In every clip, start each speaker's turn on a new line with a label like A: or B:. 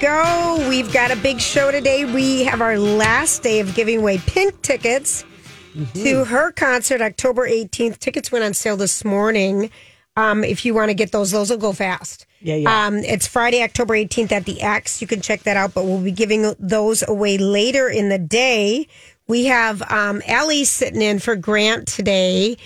A: go. We've got a big show today. We have our last day of giving away pink tickets to
B: Hmm.
A: her concert October 18th. Tickets went on sale this morning. Um, if you want to get those, those will go fast.
B: Yeah, yeah.
A: Um, it's Friday, October 18th at the X. You can check that out, but we'll be giving those away later in the day. We have um, Ellie sitting in for Grant today.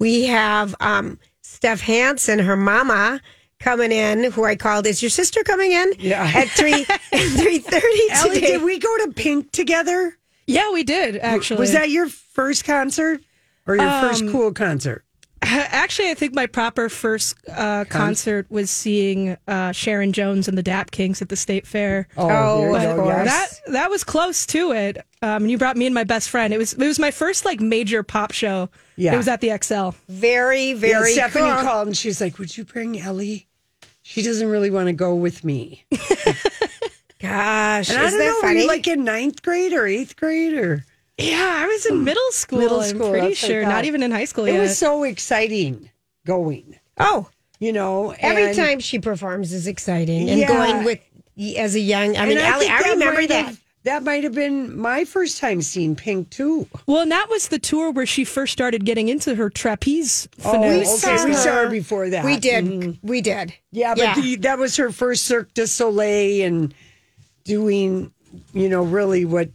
A: We have um, Steph Hansen, her mama, coming in, who I called, is your sister coming in?
B: Yeah.
A: At 3 3.30 today.
B: Ellie, did we go to Pink together?
C: Yeah, we did actually.
B: Was that your first concert or your first
A: Um,
B: cool concert?
C: actually? I think my proper first uh, concert was seeing uh, Sharon Jones and the Dap Kings at the State Fair.
A: Oh,
B: there you
A: of
B: go,
A: course.
C: That that was close to it. Um, and you brought me and my best friend. It was it was my first like major pop show.
B: Yeah.
C: it was at the XL.
A: Very,
B: Yeah,
A: very
B: Stephanie
A: cool.
B: called and she's like, "Would you bring Ellie? She doesn't really want to go with me." And
A: Gosh,
B: I
A: is that
B: don't know, were
A: funny?
B: you like in ninth grade or eighth grade or?
C: Yeah, I was in middle school.
B: Middle school,
C: I'm pretty
B: that's what I
C: sure. Not
B: thought.
C: even in high school
B: It
C: yet.
B: was so exciting going,
A: oh,
B: you know.
A: every
B: and-
A: time she performs is exciting and
B: Yeah.
A: going with as a young. I mean,
B: and
A: Allie,
B: think
A: I, remember
B: might
A: that.
B: have- That might have been my first time seeing Pink too.
C: well, and that was the tour where she first started getting into her trapeze
B: okay,
C: finesse.
A: saw
B: we saw her
A: her.
B: before that.
A: We did,
B: Mhm.
A: we did.
B: Yeah, but
A: Yeah.
B: The, that was her first Cirque du Soleil and doing, you know, really what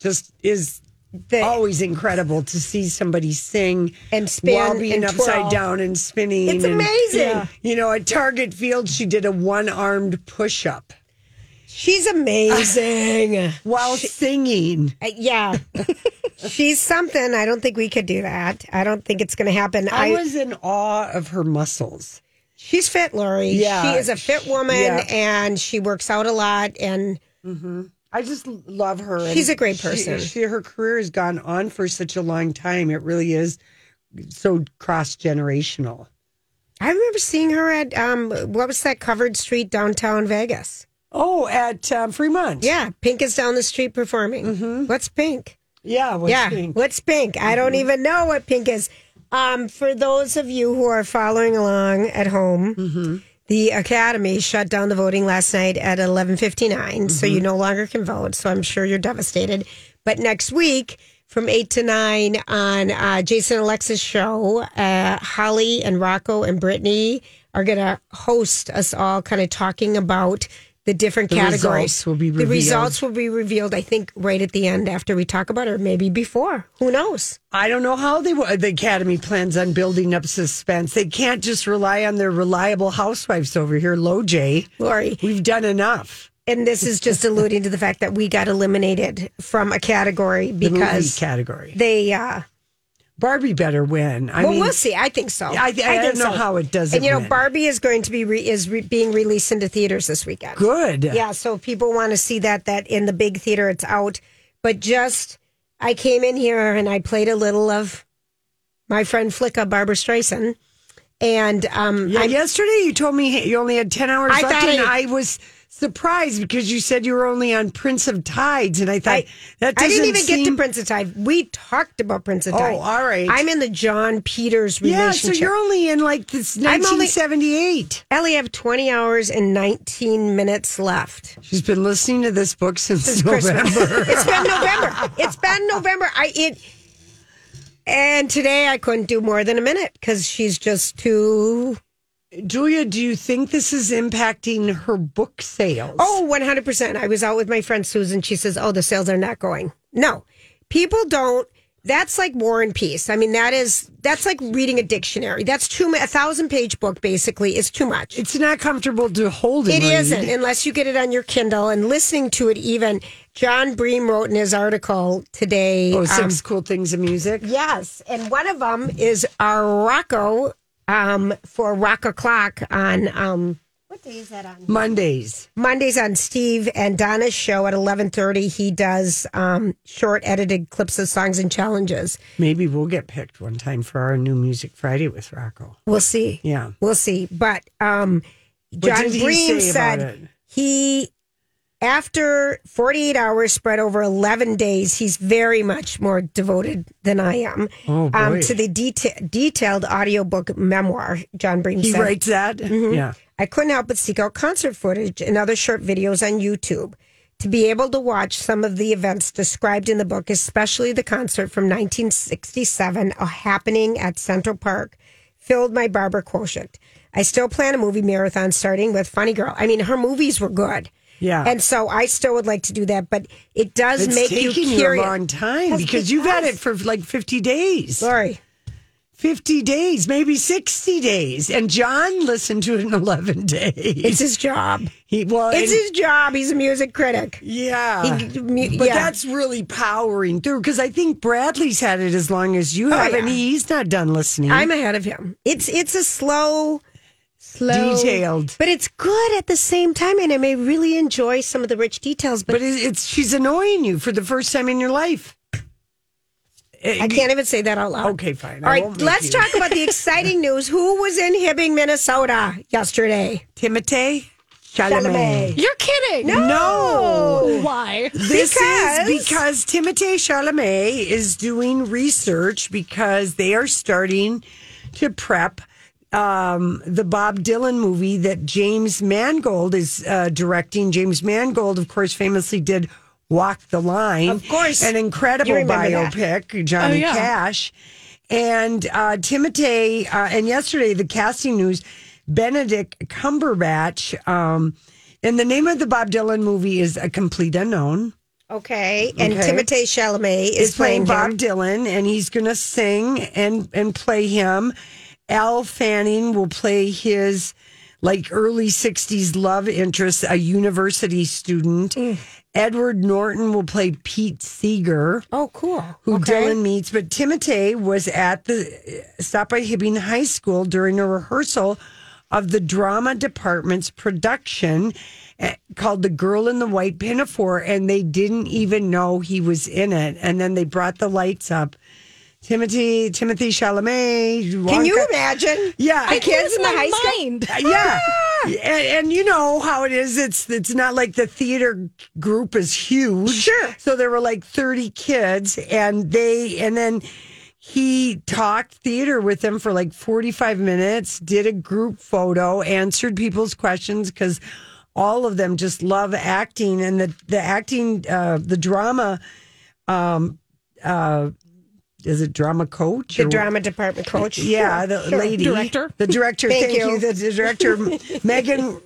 B: just is
A: The-
B: always incredible to see somebody sing
A: And spin
B: while
A: and
B: being
A: twirl.
B: upside down and spinning.
A: It's
B: and-
A: amazing.
C: Yeah.
B: You know, at Target Field, she did a one armed push up
A: She's amazing. Uh,
B: while singing.
A: yeah, she's something. I don't think we could do that. I don't think it's going to happen.
B: I,
A: I,
B: was in awe of her muscles.
A: she's fit, Lori.
B: Yeah.
A: she is a fit woman,
B: Yeah.
A: and she works out a lot. And
B: I just love her. and
A: She's a great
B: she-
A: person.
B: she, her career has gone on for such a long time. It really is so cross generational.
A: I remember seeing her at um, what was that covered street downtown Vegas.
B: Oh, at um, Fremont.
A: Yeah, Pink is down the street performing.
B: Mm-hmm.
A: What's Pink?
B: Yeah. What's
A: yeah,
B: Pink? Mm-hmm.
A: what's Pink? I don't even know what Pink is. Um, for those of you who are following along at home,
B: Mm-hmm.
A: the Academy shut down the voting last night at eleven so
B: Mm-hmm.
A: you no longer can vote. So I'm sure you're devastated. But next week. From 8 to 9 on uh, Jason Alexis' show, uh, Holly and Rocco and Brittany are going to host us all kind of talking about the different
B: The
A: categories.
B: results will be
A: The results will
B: revealed.
A: be revealed, I think, right at the end after we talk about it, or maybe before. Who knows?
B: I don't know how they wa- the Academy plans on building up suspense. They can't just rely on their reliable housewives over here. Loj,
A: Lori.
B: we've done enough.
A: And this is just alluding to the fact that we got eliminated from a category
B: The movie
A: because
B: category,
A: they, uh,
B: Barbie better win. I
A: well,
B: mean,
A: we'll see. I think so.
B: I, I, don't know how it does.
A: And
B: it
A: you know,
B: win.
A: Barbie is going to be re- is re- being released into theaters this weekend.
B: good.
A: Yeah, so if people want to see that that in the big theater it's out, but just I came in here and I played a little of my friend Flicka Barbara Streisand and um
B: Yeah,
A: I
B: yesterday you told me you only had 10 hours
A: I
B: left,
A: thought
B: and
A: I-
B: I, was surprised because you said you were only on Prince of Tides, and I thought
A: I-
B: that
A: I
B: doesn't
A: didn't even
B: seem...
A: get to Prince of Tide. We talked about Prince of
B: Oh,
A: Tide.
B: all right.
A: I'm in the John Peters
B: Yeah,
A: relationship.
B: so you're only in like this
A: I'm only-
B: 1978.
A: Ellie, I have 20 hours and 19 minutes left.
B: She's been listening to this book since,
A: Christmas.
B: November.
A: it's been November. It's been November. I it and today I couldn't do more than a minute because she's just too
B: Julia, do you think this is impacting her book sales?
A: Oh, 100%. I was out with my friend Susan. She says, Oh, the sales are not going. No, people don't. That's like War and Peace. I mean, that is, that's like reading a dictionary. That's too much. A thousand page book basically is too much.
B: it's not comfortable to hold and
A: It
B: read.
A: isn't unless you get it on your Kindle and listening to it. Even John Bream wrote in his article today.
B: Oh,
A: um,
B: six cool things in music.
A: yes, and one of them is our Rocco um, for Rock O'clock on um, what day is that on?
B: Mondays.
A: Mondays on Steve and Donna's show at eleven thirty. He does um, short edited clips of songs and challenges.
B: Maybe we'll get picked one time for our new Music Friday with Rocco.
A: We'll see.
B: Yeah.
A: We'll see. But um,
B: What
A: John
B: did he
A: Bream
B: say about
A: said
B: it?
A: he after 48 hours spread over 11 days, he's very much more devoted than I am
B: Oh, boy.
A: um, to the deta- detailed audiobook memoir, John Bream
B: He
A: said.
B: writes that? Mm-hmm. Yeah.
A: I couldn't help but seek out concert footage and other short videos on YouTube to be able to watch some of the events described in the book, especially the concert from 1967 a happening at Central Park, filled my Barbara quotient. I still plan a movie marathon starting with Funny Girl. I mean, her movies were good.
B: Yeah.
A: And so I still would like to do that, but it does
B: It's
A: make you
B: taking you,
A: curious.
B: a long time
A: That's
B: because, you've had it
A: because-
B: for like 50 days.
A: Sorry.
B: 50 days, maybe 60 days. And John listened to it in 11 days.
A: It's his job.
B: he, well,
A: It's
B: and-
A: his job. He's a music critic.
B: yeah.
A: He- mu-
B: but
A: yeah.
B: that's really powering through because I think Bradley's had it as long as you have, and
A: Oh, yeah.
B: he's not done listening.
A: I'm ahead of him. It's it's a slow, slow
B: Detailed.
A: but it's good at the same time, and I may really enjoy some of the rich details. But,
B: but it, it's she's annoying you for the first time in your life. Eh,
A: I can't even say that out loud.
B: Okay, fine.
A: All right, let's talk about the exciting news. Who was in Hibbing, Minnesota yesterday?
B: Timotei
A: Chalamet.
B: Chalamet.
C: You're kidding.
B: No.
C: Why?
B: This
A: Because-
B: is because Timothée Chalamet is doing research because they are starting to prep um, the Bob Dylan movie that James Mangold is uh, directing. James Mangold, of course, famously did Walk the Line.
A: Of course.
B: An incredible
A: You remember that.
B: biopic, Johnny
C: Oh, yeah.
B: Cash. And uh, Timothée, uh, and yesterday, the casting news, Benedict Cumberbatch. Um, and the name of the Bob Dylan movie is A Complete Unknown.
A: Okay, and
B: Okay.
A: Timothée Chalamet is,
B: Is playing Bob
A: him.
B: Dylan, and he's going to sing and and play him. Al Fanning will play his like early '60s love interest, a university student. Edward Norton will play Pete Seeger,
A: Oh, cool.
B: who
A: okay.
B: Dylan meets. But Timotei was at the stop by Hibbing High School during a rehearsal of the drama department's production eh, called The Girl in the White Pinafore, and they didn't even know he was in it. And then they brought the lights up. Timothy, Timothy Chalamet.
A: Can you
B: Wonka-
A: imagine?
B: Yeah.
A: the kids in the high school.
C: mind.
B: yeah.
A: Ah!
B: And, and you know how it is. It's it's not like the theater group is huge.
A: Sure.
B: So there were like thirty kids, and they and then he talked theater with them for like forty five minutes. Did a group photo, answered people's questions because all of them just love acting, and the the acting, uh, the drama. Um, uh, is it drama coach?
A: The
B: or-
A: drama department coach.
B: yeah,
A: Sure,
B: the
A: sure.
B: lady
C: Director.
B: The director.
A: Thank
B: thank you.
A: you.
B: The director, Megan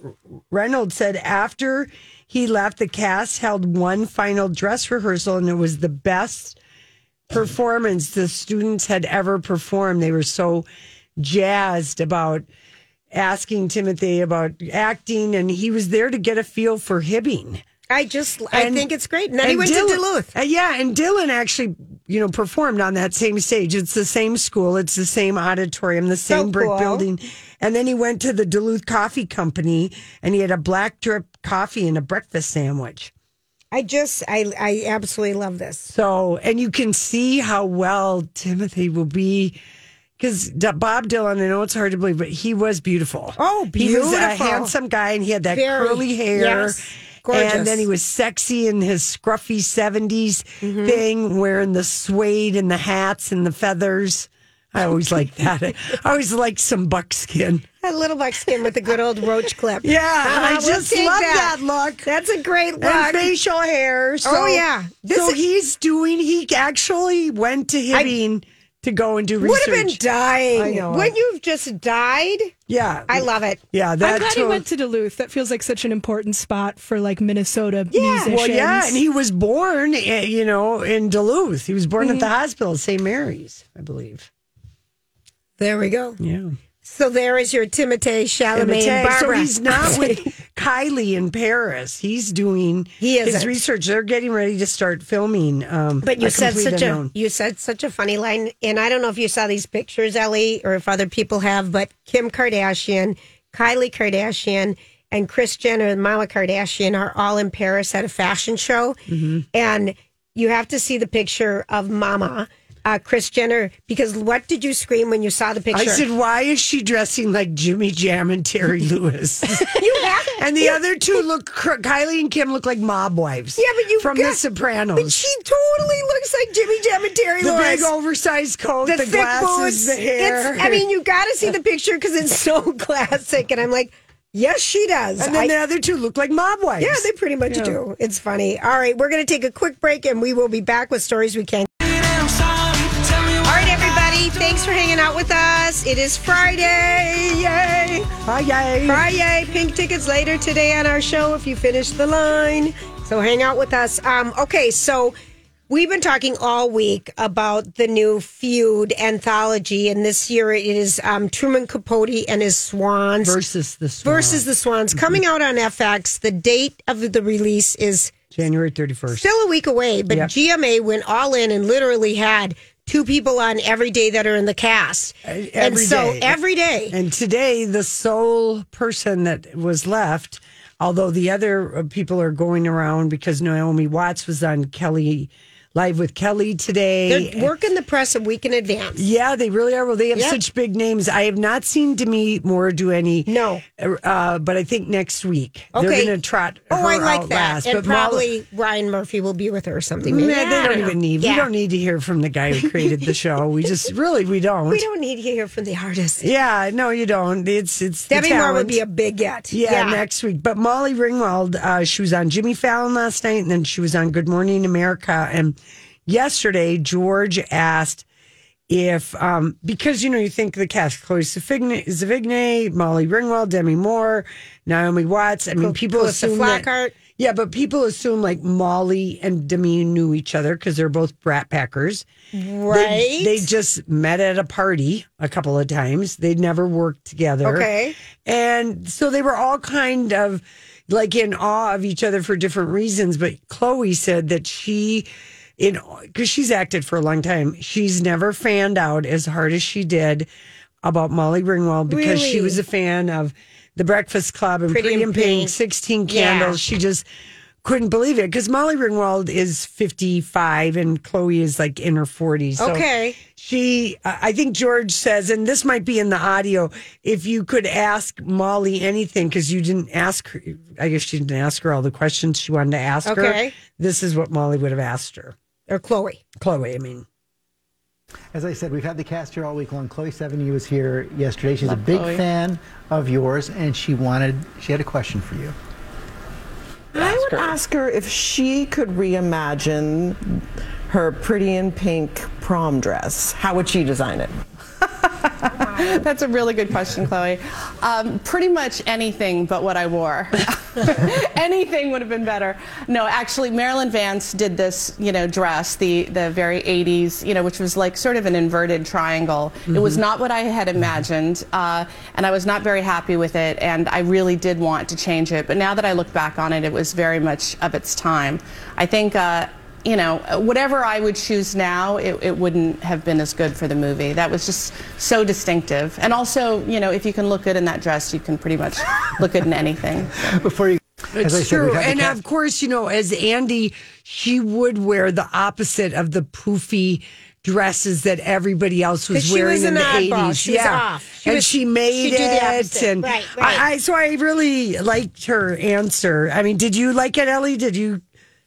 B: Reynolds, said after he left, the cast held one final dress rehearsal, and it was the best performance the students had ever performed. They were so jazzed about asking Timothy about acting, and he was there to get a feel for Hibbing.
A: I just I
B: And-
A: think it's great. And then he
B: and
A: went
B: Dylan-
A: to Duluth.
B: Uh, yeah, and Dylan actually, you know, performed on that same stage. It's the same school, it's the same auditorium, the same brick
A: cool.
B: building. And then he went to the Duluth Coffee Company and he had a black drip coffee and a breakfast sandwich.
A: I just I I absolutely love this.
B: So, and you can see how well Timothy will be. Because Bob Dylan, I know it's hard to believe, but he was beautiful.
A: Oh,
B: He was a
A: beautiful.
B: handsome guy, and he had that
A: Very.
B: curly hair.
A: Yes. Gorgeous.
B: And then he was sexy in his scruffy 70s
A: Mm-hmm.
B: thing, wearing the suede and the hats and the feathers. I always like that. I always like some buckskin.
A: A little black skin with a good old roach clip.
B: Yeah,
A: Uh-huh,
B: I
A: we'll
B: just
A: take
B: love that. look.
A: That's a great look.
B: And facial hair. So,
A: Oh, yeah. This
B: so
A: is-
B: he's doing, he actually went to Hibbing to go and do
A: Would
B: research.
A: have been dying.
B: I know.
A: When you've just died,
B: yeah.
A: I love it.
B: yeah, that
C: I'm glad he
B: took-
C: went to Duluth. That feels like such an important spot for like Minnesota musicians.
B: Well, yeah, and he was born, eh, you know, in Duluth. He was born
A: Mm-hmm.
B: at the hospital, St. Mary's, I believe.
A: There we go.
B: Yeah.
A: So there is your Timothée Chalamet and
B: Timothée. So
A: Barbara.
B: he's not with Kylie in Paris. He's doing
A: He
B: his
A: isn't.
B: research. They're getting ready to start filming. Um,
A: But you
B: A
A: said
B: Complete
A: such
B: Unknown.
A: a you said such a funny line, and I don't know if you saw these pictures, Ellie, or if other people have. But Kim Kardashian, Kylie Kardashian, and Kris Jenner and Mama Kardashian are all in
B: Mm-hmm.
A: Paris at a fashion show, and you have to see the picture of Mama uh, Chris Jenner because what did you scream when you saw the
B: I
A: picture?
B: said, why is she dressing like Jimmy Jam and Terry Lewis?
A: you have,
B: and the other two look, Kylie and Kim look like mob wives.
A: yeah, but you
B: from
A: got-
B: The Sopranos.
A: But she totally looks like Jimmy Jam and Terry
B: the
A: Lewis.
B: big oversized coat, the,
A: thick
B: glasses,
A: boots.
B: the hair.
A: It's, I mean, you got to see the picture because it's so classic. And I'm like, yes, she does.
B: and then
A: I-
B: the other two look like mob wives.
A: yeah, they pretty much do. It's funny. All right, we're going to take a quick break and we will be back with stories we can. All right, everybody. Thanks for hanging out with us. It is Friday. Yay.
B: Hi, yay.
A: Friday. Pink tickets later today on our show if you finish the line. So hang out with us. Um, okay, so we've been talking all week about the new feud anthology, and this year it is um, Truman Capote and his Swans
B: Versus Mm-hmm. the Swan.
A: versus the Swans coming out on FX. The date of the release is
B: January 31st.
A: still a week away, but
B: Yep.
A: GMA went all in and literally had two people on every day that are in the cast. and
B: E, every
A: so
B: day. E,
A: every day.
B: And today, the sole person that was left, although the other uh, people are going around because Naomi Watts was on Kelly Live with Kelly today.
A: They're working the press a week in advance.
B: yeah, they really are. Well, they have
A: Yep.
B: such big names. I have not seen Demi Moore do any.
A: No.
B: Uh, but I think next week
A: Okay.
B: they're going to trot.
A: Oh,
B: her
A: I like
B: out
A: that.
B: last,
A: and
B: but Molly-
A: probably Ryan Murphy will be with her or something.
B: Nah,
A: Maybe. I
B: they
A: don't
B: don't
A: know.
B: even need.
A: Yeah.
B: We don't need to hear from the guy who created the show. We just really we don't.
A: We don't need to hear from the artist.
B: Yeah, no, you don't. It's it's the
A: Debbie Moore would
B: talent.
A: be a big get.
B: yeah, next week. But Molly Ringwald, uh, she was on Jimmy Fallon last night, and then she was on Good Morning America. And yesterday, George asked if um, because you know you think the cast: Chloe Savigny, Savigny, Molly Ringwald, Demi Moore, Naomi Watts. I mean, people
A: Calista
B: assume that-
A: Flockhart.
B: yeah, but people assume like Molly and Demi knew each other because they're both Brat Packers.
A: right.
B: They, they just met at a party a couple of times. They never worked together.
A: Okay.
B: And so they were all kind of like in awe of each other for different reasons. But Chloe said that she, in because she's acted for a long time, she's never fanned out as hard as she did about Molly Ringwald because she
A: Really?
B: was a fan of The Breakfast Club and
A: Pretty
B: Pretty,
A: in
B: in Pink,
A: Pink.
B: 16
A: Yeah.
B: Candles. She just couldn't believe it because Molly Ringwald is 55 and Chloe is like in her 40s. So
A: Okay.
B: she, I I think George says, and this might be in the audio, if you could ask Molly anything, because you didn't ask her, I guess she didn't ask her all the questions she wanted to ask her.
A: Okay.
B: This is what Molly would have asked her.
A: or Chloe.
B: Chloe, I mean.
D: As I said, we've had the cast here all week long. Chloe Sevigny was here yesterday. She's a big fan of yours, and she wanted, she had a question for you.
E: I would ask her if she could reimagine her pretty in pink prom dress. How would she design it?
F: That's a really good question, Chloe. Um, pretty much anything but what I wore. anything would have been better. No, actually, Marilyn Vance did this, you know, dress, the the very 80s, you know, which was like sort of an inverted triangle. It was not what I had imagined, uh, and I was not very happy with it. And I really did want to change it, but now that I look back on it, it was very much of its time. I think. Uh, you know, whatever I would choose now, it, it wouldn't have been as good for the movie. That was just so distinctive. And also, you know, if you can look good in that dress, you can pretty much look good in anything.
D: Before you, as I
B: It's
D: said,
B: true.
D: we've had the
B: And
D: cast-
B: of course, you know, as Andy, she would wear the opposite of the poofy dresses that everybody else
A: 'Cause
B: was
A: she
B: wearing
A: was
B: in
A: an
B: the
A: oddball.
B: 80s.
A: She was off. She
B: and
A: was-
B: she made
A: she'd do the
B: it.
A: opposite.
B: And
A: Right, right.
B: I, I, so I really liked her answer. I mean, did you like it, Ellie? Did you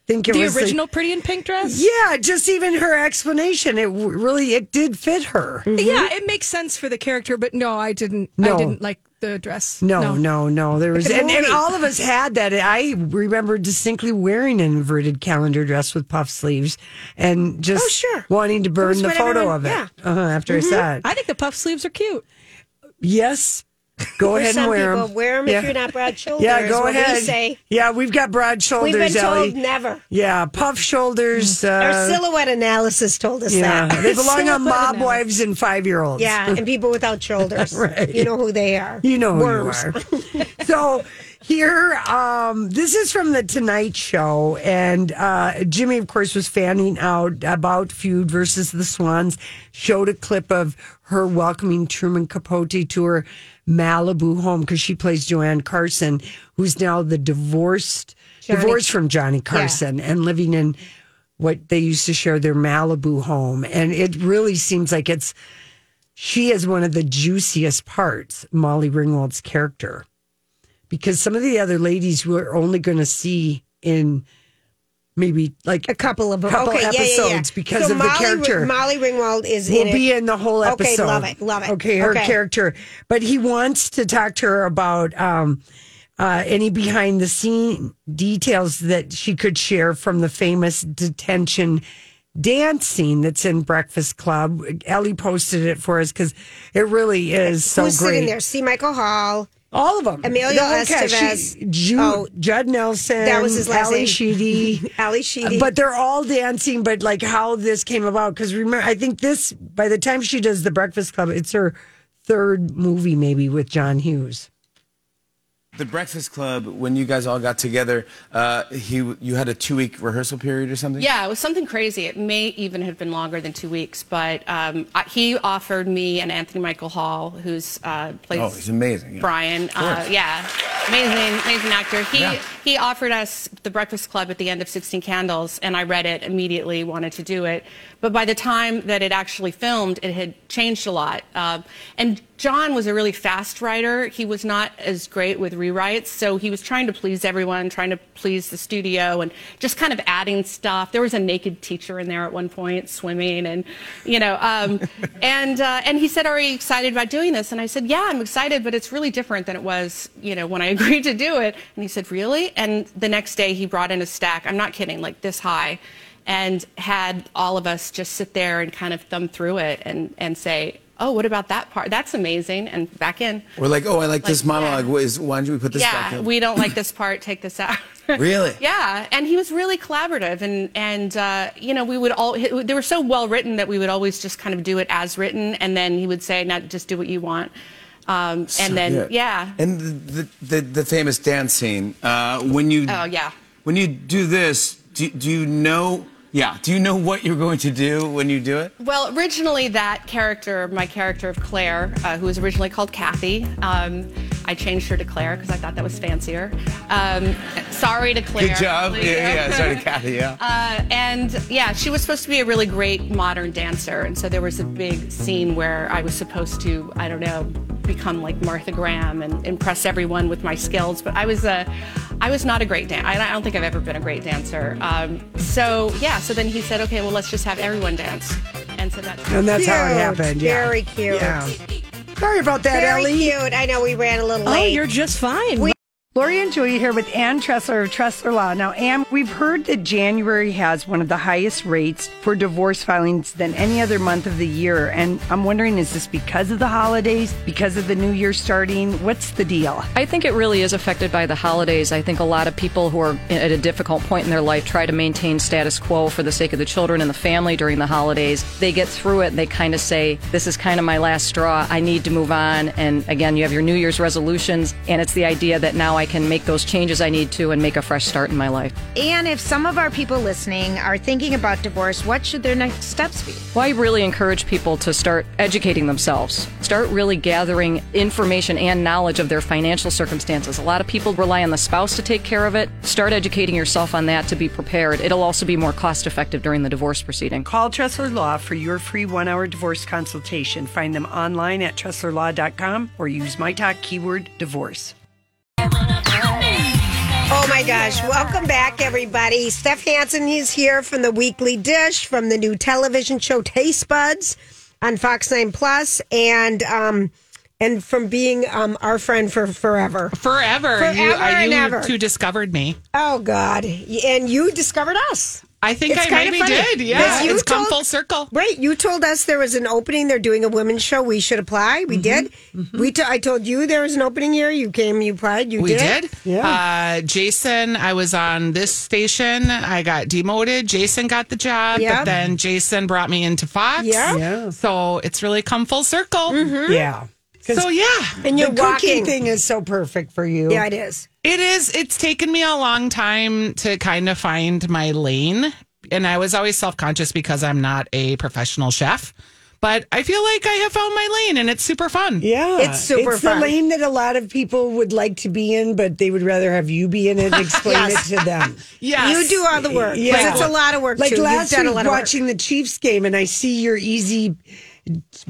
B: think it
C: The
B: was like-
C: original Pretty in Pink dress?
B: yeah, just even her explanation, it w- really it did fit her.
C: Yeah, it makes sense for the character, but no, I didn't.
B: mm-hmm. No.
C: I didn't like the dress.
B: No, no, no. There was,
A: the
B: and, and
A: movie.
B: all of us had that. I remember distinctly wearing an inverted calendar dress with puff sleeves, and just
A: Oh, sure.
B: wanting to burn
A: was
B: the
A: what
B: photo
A: everyone-
B: of it
A: yeah. Mm-hmm.
B: uh-huh, after I saw it.
C: I think the puff sleeves are cute.
B: yes, go
A: For
B: ahead and
A: some
B: wear
A: people,
B: them.
A: wear them
B: yeah.
A: if you're not broad shoulders.
B: Yeah, go
A: what we
B: ahead.
A: say.
B: Yeah, we've got broad
A: We've
B: shoulders,
A: been told
B: Ellie.
A: never.
B: Yeah, puff shoulders.
A: Our
B: Uh,
A: silhouette analysis told us
B: yeah,
A: that.
B: they belong
C: Silhouette
B: on mob
C: analysis.
B: wives and five year olds.
A: Yeah, and people without shoulders.
B: Right.
A: You know who they are.
B: You know who
A: Worms.
B: you are. so here, um, this is from the Tonight Show, and uh, Jimmy, of course, was fanning out about feud versus the Swans. Showed a clip of her welcoming Truman Capote to her Malibu home because she plays Joanne Carson, who's now the divorced, divorced from Johnny Carson and living in what they used to share their Malibu home. And it really seems like it's she is one of the juiciest parts, Molly Ringwald's character. Because some of the other ladies we're only going to see in maybe like
A: A couple of
B: Couple
A: okay, yeah, yeah, yeah.
B: episodes because
A: So
B: of the
A: Molly,
B: character.
A: Molly Ringwald is
B: will
A: in
B: be
A: it.
B: in the whole
A: Okay,
B: episode.
A: love it, love it.
B: Okay, her
A: Okay.
B: character, but he wants to talk to her about um, uh, any behind the scene details that she could share from the famous detention dance scene that's in Breakfast Club. Ellie posted it for us because it really is so
A: Who's
B: great.
A: sitting there? See Michael Hall.
B: All of them.
A: Emilio
B: The whole cast.
A: Estevez.
B: She- Ju-
A: Oh.
B: Judd Nelson.
A: That was his last
B: Ally
A: name.
B: Sheedy.
A: Ali Sheedy.
B: But they're all dancing, but like how this came about. Because remember, I think this, by the time she does The Breakfast Club, it's her third movie maybe with John Hughes.
G: The Breakfast Club, when you guys all got together, uh, he, you had a two week rehearsal period or something?
F: Yeah, it was something crazy. It may even have been longer than two weeks, but um, I, he offered me and Anthony Michael Hall, who's uh, plays.
G: Oh, he's amazing, yeah.
F: Brian, uh,
G: course.
F: yeah, amazing, amazing actor. He
G: Yeah.
F: he offered us The Breakfast Club at the end of Sixteen Candles, and I read it immediately, wanted to do it. But by the time that it actually filmed, it had changed a lot. Uh, and John was a really fast writer. He was not as great with rewrites, so he was trying to please everyone, trying to please the studio, and just kind of adding stuff. There was a naked teacher in there at one point swimming, and you know, um, and uh, and he said, "Are you excited about doing this?" And I said, "Yeah, I'm excited, but it's really different than it was, you know, when I agreed to do it." And he said, "Really?" And the next day, he brought in a stack. I'm not kidding, like this high, and had all of us just sit there and kind of thumb through it and and say. Oh, what about that part? That's amazing. And back in.
G: We're like, oh, I like, this
F: Like, yeah.
G: monologue. Why is- Why don't we put this back
F: Yeah,
G: in?
F: we don't like this part. Take this out.
G: Really?
F: yeah, and he was really collaborative, and and uh, you know we would all he- they were so well written that we would always just kind of do it as written, and then he would say, "Now just do what you want," um, and then yeah,
G: And the, the, the, the famous dance scene, uh, when you.
F: Oh, yeah.
G: When you do this, do, do you know. Yeah, do you know what you're going to do when you do it?
F: Well, originally that character, my character of Claire, uh, who was originally called Kathy, um, I changed her to Claire because I thought that was fancier. Um, sorry to Claire.
G: Good job.
F: Please.
G: Yeah, yeah, sorry, Kathy, yeah.
F: Uh, and yeah, she was supposed to be a really great modern dancer, and so there was a big scene where I was supposed to, I don't know, become like Martha Graham and impress everyone with my skills. But I was a, I was not a great dancer. I don't think I've ever been a great dancer. Um, so yeah, so then he said, okay, well let's just have everyone dance, and so that's.
B: And that's how it
A: Cute.
B: happened. Yeah.
A: Very cute.
B: Yeah. Sorry about that,
A: Very
B: Ellie.
A: cute. I know we ran a little
C: Oh,
A: late.
C: you're just fine.
B: Lori and Julie here with Ann Tressler of Tressler Law. Now, Ann, we've heard that January has one of the highest rates for divorce filings than any other month of the year. And I'm wondering, is this because of the holidays, because of the new year starting? What's the deal?
H: I think it really is affected by the holidays. I think a lot of people who are at a difficult point in their life try to maintain status quo for the sake of the children and the family during the holidays. They get through it and they kind of say, This is kind of my last straw. I need to move on. And again, you have your New Year's resolutions, and it's the idea that now I can make those changes I need to and make a fresh start in my life.
I: And if some of our people listening are thinking about divorce, what should their next steps be?
H: Well, I really encourage people to start educating themselves, start really gathering information and knowledge of their financial circumstances. A lot of people rely on the spouse to take care of it. Start educating yourself on that to be prepared. It'll also be more cost effective during the divorce proceeding.
B: Call Tressler Law for your free one hour divorce consultation. Find them online at TresslerLaw.com or use my talk keyword divorce.
A: Oh my gosh. Welcome back, everybody. Steph Hansen is here from the Weekly Dish, from the new television show Taste Buds on Fox 9 Plus, and um, and from being um, our friend for forever.
J: Forever. you,
A: Forever
J: uh, you
A: and ever.
J: two discovered me.
A: Oh, God. And you discovered us.
J: I think
A: It's
J: I
A: kinda
J: maybe
A: funny,
J: did. Yeah,
A: 'cause you
J: it's come
A: told-
J: full circle.
A: Right. You told us there was an opening. They're doing a women's show. We should apply.
J: Mm-hmm.
A: We did. We t- I told you there was an opening here. You came, you applied. You
J: We
A: did.
J: did. Yeah. Uh, Jason, I was on this station. I got demoted. Jason got the job,
A: Yep.
J: but then Jason brought me into Fox.
A: Yep.
B: Yeah.
J: So it's really come full circle.
B: Yeah.
J: So yeah.
A: And you're
B: the
A: walking.
B: cooking thing is so perfect for you.
A: Yeah, it is.
J: It is. It's taken me a long time to kind of find my lane. And I was always self conscious because I'm not a professional chef. But I feel like I have found my lane and it's super fun.
B: Yeah.
A: It's super
B: It's
A: fun.
B: the lane that a lot of people would like to be in, but they would rather have you be in it. Explain it to them.
J: Yes.
A: You do all the work. 'cause
B: Yeah.
A: It's a lot of work.
B: Like
A: too. You've
B: last
A: done
B: week
A: a lot of work.
B: watching the Chiefs game, and I see your easy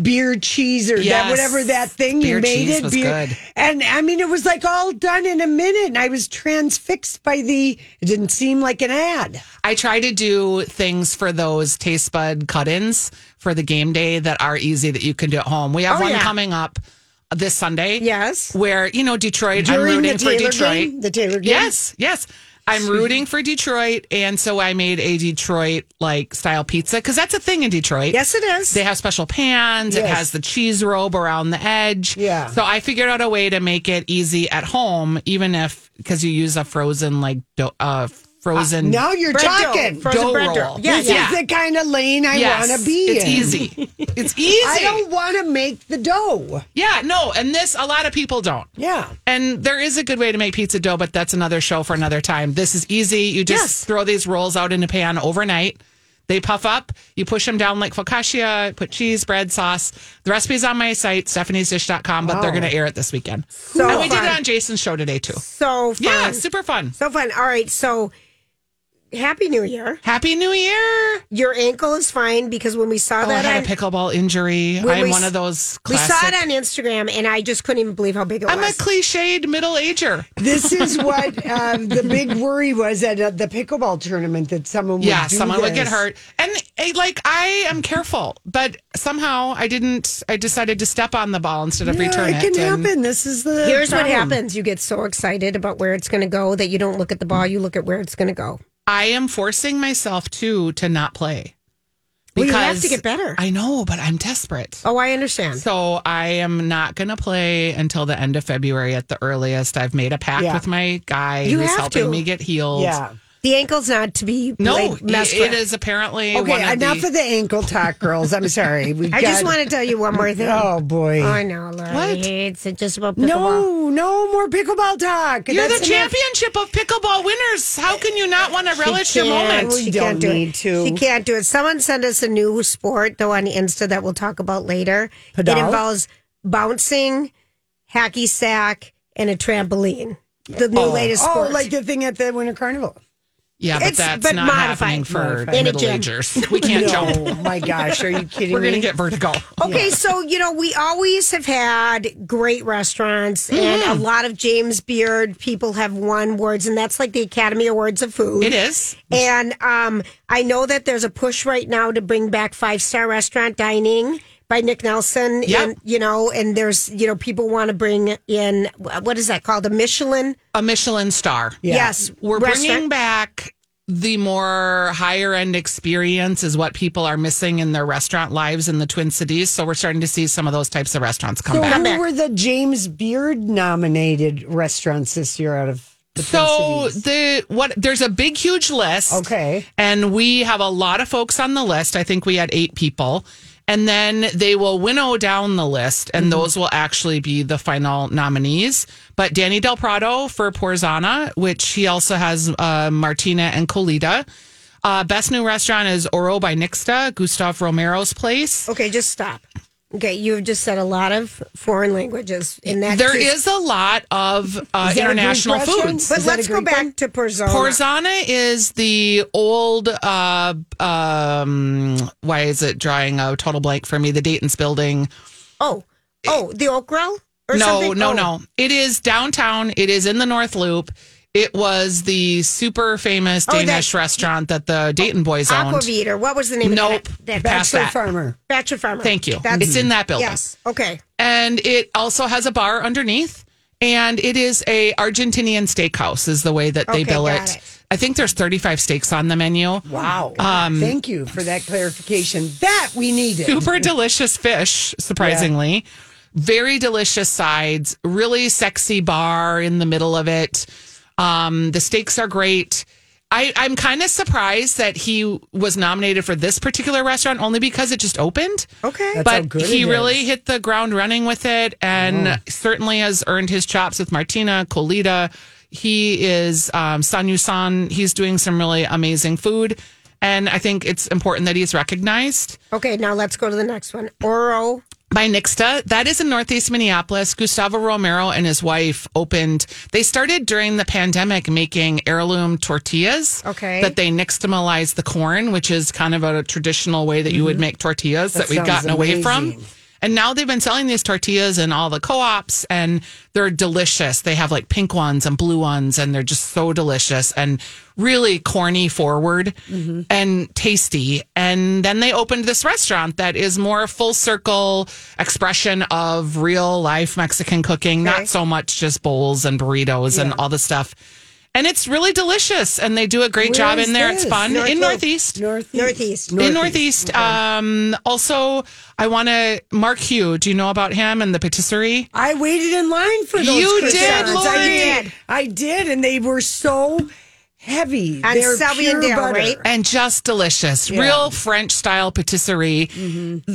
B: beer cheese or that
J: Yes.
B: whatever that thing you
J: Beer
B: made
J: cheese
B: it.
J: was good.
B: And I mean, it was like all done in a minute, and I was transfixed by the. It didn't seem like an ad.
J: I try to do things for those taste bud cut ins for the game day that are easy that you can do at home. We have
B: Oh,
J: one coming up this Sunday.
A: Yes.
J: Where, you know, Detroit,
B: During
J: I'm
B: the
J: rooting for
B: Taylor
J: Detroit.
B: game? The Taylor game?
J: Yes, yes. I'm rooting for Detroit. And so I made a Detroit like style pizza because that's a thing in Detroit.
A: Yes, it is.
J: They have special pans. It
B: Yes.
J: has the cheese robe around the edge.
B: Yeah.
J: So I figured out a way to make it easy at home, even if because you use a frozen like do, uh, frozen.
B: Now you're
A: Bread dough.
B: talking.
A: Frozen
J: dough
A: bread dough.
J: roll.
A: Yeah,
B: this is the kind of lane I
J: Yes.
B: want to be
J: It's
B: in.
J: easy. It's easy.
B: I don't want to make the dough.
J: Yeah, no, and this a lot of people don't.
B: Yeah.
J: And there is a good way to make pizza dough, but that's another show for another time. This is easy. You just
A: Yes.
J: throw these rolls out in a pan overnight. They puff up. You push them down like focaccia, put cheese, bread, sauce. The recipe's on my site, stephaniesdish.com, but they're going to air it this weekend.
A: So
J: and we did it
A: fun.
J: on Jason's show today, too.
A: So fun.
J: Yeah, super fun.
A: So fun. All right. So happy new year.
J: Happy New Year.
A: Your ankle is fine because when we saw
J: Oh, I
A: that
J: had a
A: on-
J: pickleball injury.
A: when
J: I'm
A: we
J: one
A: s-
J: of those
A: We
J: classic.
A: saw it on Instagram and I just couldn't even believe how big it
J: I'm a
A: was.
J: cliched middle ager.
B: This is what uh, the big worry was at uh, the pickleball tournament that someone would
J: yeah
B: do
J: someone would get
B: this.
J: hurt and eh, like i am careful but somehow i didn't i decided to step on the ball instead of
B: Yeah,
J: return
B: it can
J: and-
B: happen. This is the
A: Here's what
B: problem.
A: happens. You get so excited about where it's going to go that you don't look at the ball, you look at where it's going to go.
J: i am forcing myself to to not play
A: Well, you have to get better.
J: i know but i'm desperate
A: Oh, I understand.
J: so i am not going to play until the end of february at the earliest i've made a pact
B: Yeah.
J: with my guy
A: You
J: who's
A: have
J: helping
A: to.
J: me get healed
B: Yeah.
A: the ankle's not to be
J: no
A: like, messed
J: it-
A: with.
J: it is apparently one
B: Okay,
J: of
B: enough
J: the,
B: of the ankle talk, girls. I'm sorry. We
A: I just
B: got-
A: want to tell you one more thing.
B: Oh boy.
A: I know, Laura.
J: What?
A: It's just about pickleball.
B: no, no more pickleball talk.
J: you're
B: That's
J: the
B: enough.
J: championship of pickleball winners. How can you not want to relish your
A: can't.
J: moment?
B: We don't
A: do
B: need
A: it.
B: to.
A: She can't do it. Someone sent us a new sport though on Insta that we'll talk about later. It
B: Padel?
A: involves bouncing, hacky sack, and a trampoline. The new latest
B: Oh,
A: sport.
B: like the thing at the Winter Carnival.
J: Yeah, but
A: It's-
J: that's
A: but
J: not
A: modified.
J: happening for
A: Modified. In a
J: middle
A: gym.
J: agers. We can't jump.
B: Oh my gosh, are you kidding
J: We're
B: me? Oh.
J: gonna get vertigo.
A: Okay, so you know we always have had great restaurants, and a
B: Mm-hmm.
A: lot of James Beard people have won awards, and that's like the Academy Awards of food.
J: It is.
A: And um, I know that there's a push right now to bring back five star restaurant dining by Nick Nelson.
J: Yep.
A: And, you know, and there's, you know, people want to bring in, what is that called? A Michelin?
J: A Michelin star.
A: Yes.
J: We're bringing
A: restaurant.
J: back the more higher end experience is what people are missing in their restaurant lives in the Twin Cities. So we're starting to see some of those types of restaurants come
B: So
J: back.
B: who were the James Beard nominated restaurants this year out of the Twin
J: So
B: Cities?
J: the what there's a big huge list.
B: Okay.
J: And we have a lot of folks on the list. I think we had 8 people. And then they will winnow down the list
B: Mm-hmm.
J: and those will actually be the final nominees. But Danny Del Prado for Porzana, which he also has uh, Martina and Colita. Uh, best new restaurant is Oro by Nixta, Gustav Romero's place.
A: Okay, just stop. Okay, you've just said a lot of foreign languages in that.
J: There
A: case.
J: is a lot of uh,
B: Is that a Greek
J: international
B: restaurant?
J: foods.
A: But
B: Is that
A: let's
B: a
A: go
B: Greek
A: back
B: one?
A: to Porzona.
J: Porzana is the old. Uh, um, why is it drawing a total blank for me? The Dayton's building.
A: Oh, oh, the Oak Grill? Or
J: no,
A: something?
J: no,
A: Oh.
J: no. It is downtown. It is in the North Loop. It was the super famous
A: Oh, that-
J: Danish restaurant that the Dayton boys owned.
A: Aquavit, or what was the name
J: Nope.
A: of that?
J: Pass
B: Bachelor
J: that.
B: Farmer.
A: Bachelor Farmer.
J: Thank you. It's in that building.
A: Yes. Oh, Okay.
J: and it also has a bar underneath and it is a argentinian steakhouse is the way that they
A: Okay,
J: bill
A: got
J: it.
A: it.
J: i think there's 35 steaks on the menu Um,
B: Wow. Thank you for that clarification. That we needed.
J: super delicious fish surprisingly very delicious sides really sexy bar in the middle of it um, the steaks are great I, I'm kind of surprised that he was nominated for this particular restaurant only because it just opened.
A: Okay.
B: That's how
J: but
B: good
J: he
B: it Oh.
J: really hit the ground running with it and certainly has earned his chops with Martina, Colita. He is um, San Yusan. He's doing some really amazing food. And I think it's important that he's recognized.
A: Okay, now let's go to the next one. Oro.
J: by Nixta. That is in Northeast Minneapolis. Gustavo Romero and his wife opened, they started during the pandemic making heirloom tortillas.
A: Okay.
J: That they nixtamalized the corn, which is kind of a traditional way that you would make tortillas that,
B: Mm-hmm. That
J: we've
B: sounds
J: gotten away from.
B: amazing.
J: And now they've been selling these tortillas in all the co ops and they're delicious. They have like pink ones and blue ones and they're just so delicious and really corny forward
B: Mm-hmm.
J: and tasty. And then they opened this restaurant that is more full circle expression of real life Mexican cooking, not so much just bowls and burritos and all the stuff. And it's really delicious and they do a great job in there. It's fun in Northeast.
A: Northeast.
J: In Northeast. Um, also, I want to Mark Hugh. Do you know about him and the patisserie?
B: I waited in line for those.
J: You
B: croissants.
J: did,
B: I
J: Lori.
B: did. I did, and they were so heavy.
A: On
B: They're
A: Selby and
B: pure
A: Dale,
B: butter.
A: right?
J: And just delicious, real French style patisserie.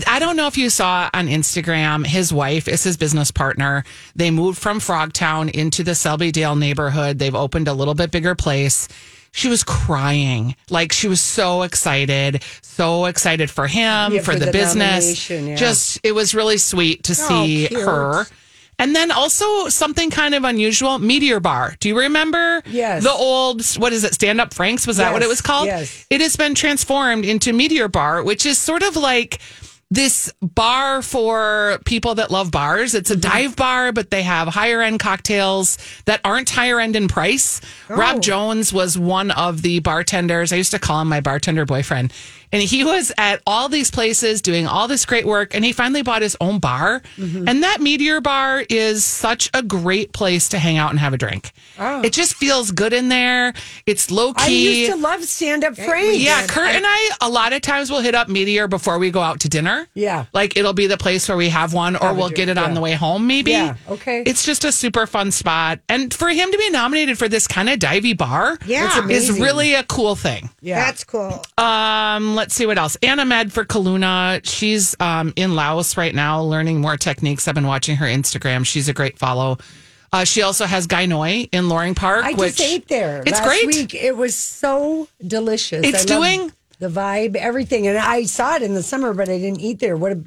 J: I don't know if you saw on Instagram, his wife is his business partner. They moved from Frogtown into the Selby Dale neighborhood. They've opened a little bit bigger place. She was crying. Like she was so excited, so excited for him,
B: Yeah,
J: for,
B: for
J: the,
B: the
J: business.
B: nomination, yeah.
J: Just, it was really sweet to see
A: cute.
J: her. And then also something kind of unusual, Meteor Bar. Do you remember?
B: Yes.
J: The old, what is it, Stand Up Franks? Was that what it
B: Yes,
J: was called?
B: yes.
J: It has been transformed into Meteor Bar, which is sort of like this bar for people that love bars. It's a
B: Mm-hmm.
J: dive bar, but they have higher end cocktails that aren't higher end in price.
B: Oh.
J: Rob Jones was one of the bartenders. I used to call him my bartender boyfriend. And he was at all these places doing all this great work. And he finally bought his own bar.
B: Mm-hmm.
J: And that Meteor Bar is such a great place to hang out and have a drink. It just feels good in there. It's low
B: Oh. I
J: key.
B: used to love stand up frames.
J: Yeah, Kurt and I a lot of times we'll hit up Meteor before we go out to dinner.
B: Yeah.
J: Like it'll be the place where we have one or we'll get it on the way home maybe.
B: Yeah, okay.
J: It's just a super fun spot. And for him to be nominated for this kind of divey bar
A: Yeah. That's
J: is
A: amazing.
J: really a cool thing.
B: Yeah.
A: That's cool.
J: Um, let's see what else. Anna Med for Kaluna. She's um, in Laos right now learning more techniques. I've been watching her Instagram. She's a great follow. Uh, she also has Guy Noi in Loring Park.
B: I
J: which
B: just ate there.
J: It's
B: last
J: great.
B: Week. It was so delicious.
J: It's
B: I love
J: doing-
B: the vibe, everything, and I saw it in the summer, but I didn't eat there. What a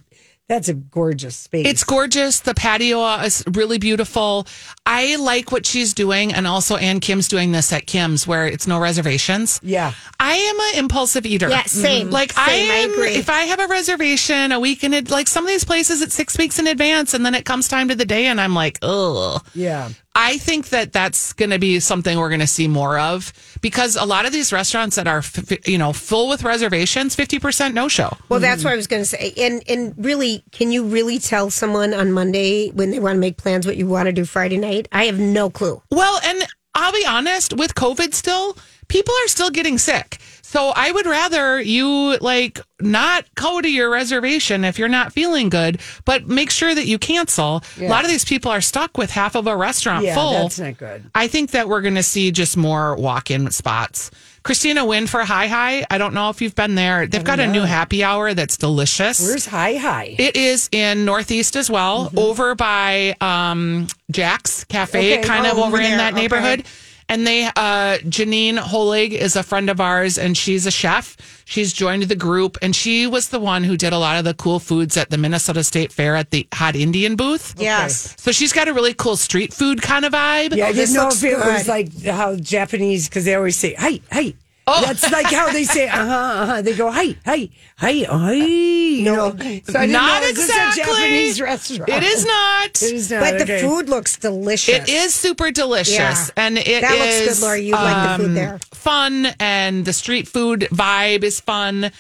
B: that's a gorgeous space.
J: It's gorgeous. The patio is really beautiful. I like what she's doing, and also Ann Kim's doing this at Kim's, where it's no reservations.
B: Yeah.
J: I am an impulsive eater. Mm-hmm.
A: Yeah, same.
J: Like
A: Same,
J: I,
A: I
J: am,
A: agree.
J: If I have a reservation a week in, ad- like some of these places, it's six weeks in advance, and then it comes time to the day, and I'm like, ugh.
B: yeah.
J: I think that that's going to be something we're going to see more of because a lot of these restaurants that are, f- f- you know, full with reservations, fifty percent no show.
A: Well,
B: Mm.
A: that's what I was going to say. And and really, can you really tell someone on Monday when they want to make plans what you want to do Friday night? I have no clue.
J: Well, and I'll be honest, with COVID still, people are still getting sick. So I would rather you like not go to your reservation if you're not feeling good, but make sure that you cancel. A lot of these people are stuck with half of a restaurant
B: Yeah,
J: full.
B: that's not good.
J: I think that we're going to see just more walk-in spots. Christina Wynn for Hi Hi. I don't know if you've been there. They've got a new happy hour that's delicious.
B: Oh, Where's Mm-hmm. high high?
J: It is in Northeast as well, over by um, Jack's Cafe,
B: Okay,
J: kind of
B: oh, over
J: over in
B: there,
J: that
B: okay.
J: neighborhood. And they, uh, Janine Holig is a friend of ours, and she's a chef. She's joined the group, and she was the one who did a lot of the cool foods at the Minnesota State Fair at the Hot Indian booth.
A: Yes.
J: So she's got a really cool street food kind of vibe.
B: Yeah, I
A: this
B: didn't know
A: looks
B: if it
A: good.
B: was like how Japanese because they always say hi hi. Oh. That's like how they say uh huh uh huh. They go hi hi hi hi. You know, so I didn't
J: not
B: know, is this a
J: exactly.
B: Japanese restaurant.
J: It is not.
B: It is not.
A: But the
B: okay.
A: food looks delicious.
J: It is super delicious,
A: Yeah.
J: and it
A: That looks
J: is,
A: good,
J: um,
A: Lori. You like the food there.
J: Fun and the street food vibe is fun.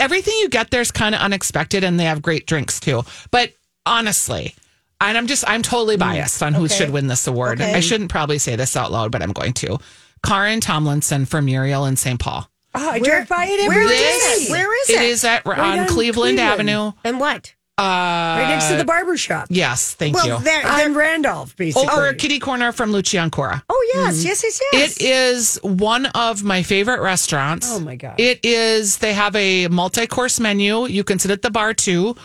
J: Everything you get there is kind of unexpected, and they have great drinks too. But honestly, and I'm just I'm totally biased on who should win this award. I shouldn't probably say this out loud, but I'm going to. Karin Tomlinson for Muriel in St. Paul.
B: Oh, I drive by it every
A: where
B: day.
A: is it? Where is it?
J: It is at on,
B: on
J: Cleveland,
B: Cleveland.
J: Avenue.
A: And what?
B: right next to the barber shop.
J: Yes, thank
A: Well,
J: you.
A: there.
B: I'm Randolph, basically.
J: Over kitty corner from Lucian Cora.
A: Oh yes, yes, yes, yes.
J: Mm-hmm. It is one of my favorite restaurants.
B: Oh, my God.
J: It is they have a multi-course menu. You can sit at the bar too.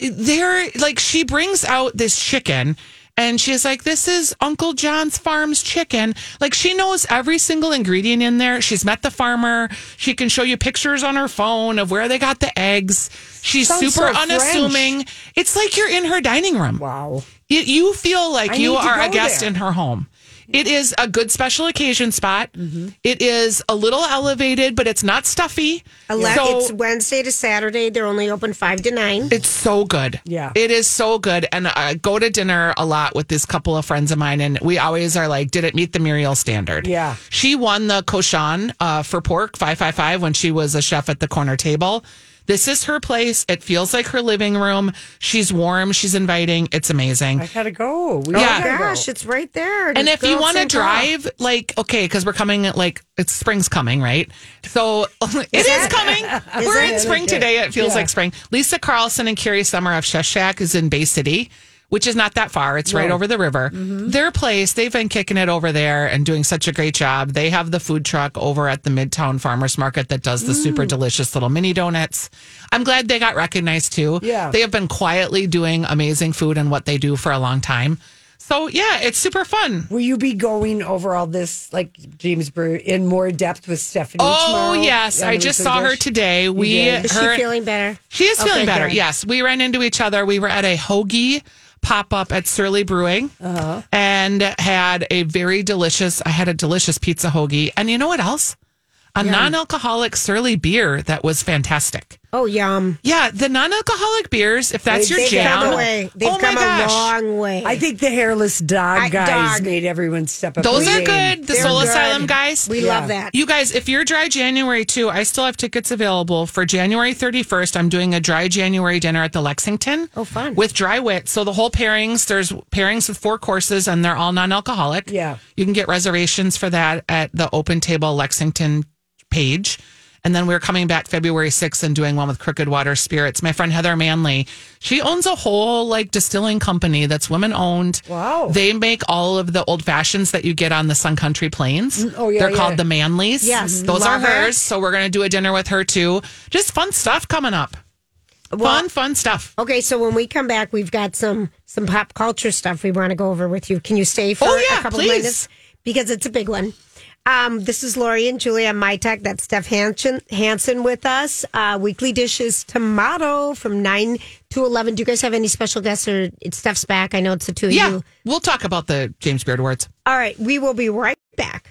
J: They're like she brings out this chicken And she's like, This is Uncle John's Farms chicken. Like, she knows every single ingredient in there. She's met the farmer. She can show you pictures on her phone of where they got the eggs. She's
B: Sounds
J: super
B: so
J: unassuming. It's like you're in her dining room.
B: Wow.
J: You, you feel like
B: I
J: you
B: need to
J: are a
B: go
J: guest
B: there.
J: in her home. It is a good special occasion spot.
B: Mm-hmm.
J: It is a little elevated, but it's not stuffy.
A: Ele-
J: So-
A: it's Wednesday to Saturday. They're only open five to nine.
J: it's so good.
B: Yeah.
J: It is so good. And I go to dinner a lot with this couple of friends of mine, and we always are like, did it meet the Muriel standard?
B: Yeah.
J: She won the Koshan uh, for pork 555 when she was a chef at the corner table. This is her place. It feels like her living room. She's warm. She's inviting. It's amazing.
B: I gotta go. We
J: Yeah.
B: gotta go.
A: Gosh, it's right there.
J: And
A: Just
J: if you
A: go
J: want to
A: outside, go out.
J: drive, like, okay, because we're coming at like, it's spring's coming, right? So it is coming. we're in spring today. It feels like spring. Lisa Carlson and Carrie Summer of Chef Shack is in Bay City, which is not that far. It's right over the river. Their place, they've been kicking it over there and doing such a great job. They have the food truck over at the Midtown Farmers Market that does the super delicious little mini donuts. I'm glad they got recognized too.
B: Yeah.
J: They have been quietly doing amazing food and what they do for a long time. So yeah, it's super fun.
B: Will you be going over all this, like James Brew, in more depth with Stephanie?
J: Oh
B: tomorrow?
J: yes,
B: On
J: I
B: the
J: just
B: weekly
J: saw her
B: dish?
J: today. We
B: did?
A: Is
J: her-
A: she feeling better?
J: She is feeling
A: Okay,
J: better.
A: good.
J: Yes, we ran into each other. We were at a hoagie pop up at Surly Brewing
A: Uh-huh.
J: and had a very delicious. I had a delicious pizza hoagie, and you know what else? A non alcoholic Surly beer that was fantastic.
A: Oh, yum.
J: Yeah, the non alcoholic beers. If that's
B: They-
J: your
B: they've
J: jam,
A: Come away. They've
J: oh
A: come
J: my gosh.
A: a long way.
B: I think the hairless dog
A: I-
B: guys
A: dog.
B: made everyone step up.
J: Those
B: their
J: are
B: game.
J: good. The
A: They're
J: Soul
A: good.
J: Asylum guys.
A: we love that.
J: You guys, if you're dry January too, I still have tickets available for January 31st. I'm doing a dry January dinner at the Lexington.
A: Oh, fun.
J: With dry wit. So the whole pairings, there's pairings with four courses and they're all non alcoholic.
B: Yeah.
J: You can get reservations for that at the Open Table Lexington page. And then we're coming back February 6th and doing one with Crooked Water Spirits. My friend Heather Manley, she owns a whole like distilling company that's women owned.
B: Wow.
J: They make all of the old fashions that you get on the Sun Country Plains.
B: oh, yeah,
J: They're
B: yeah.
J: called the Manleys.
A: Yes,
J: Those are
A: love her.
J: hers. So we're going to do a dinner with her too. Just fun stuff coming up. fun, fun stuff.
A: Okay, so when we come back, we've got some some pop culture stuff we want to go over with you. Can you stay for
J: Oh, yeah,
A: a couple
J: please.
A: of minutes because it's a big one. Um, this is Lori and Julia on My Tech. That's Steph Hansen, Hansen with us. Uh, Weekly Dish is tomorrow from 9 to 11. Do you guys have any special guests or it's Steph's back? I know it's the two of
J: Yeah.
A: you.
J: We'll talk about the James Beard Awards.
A: All right, we will be right back.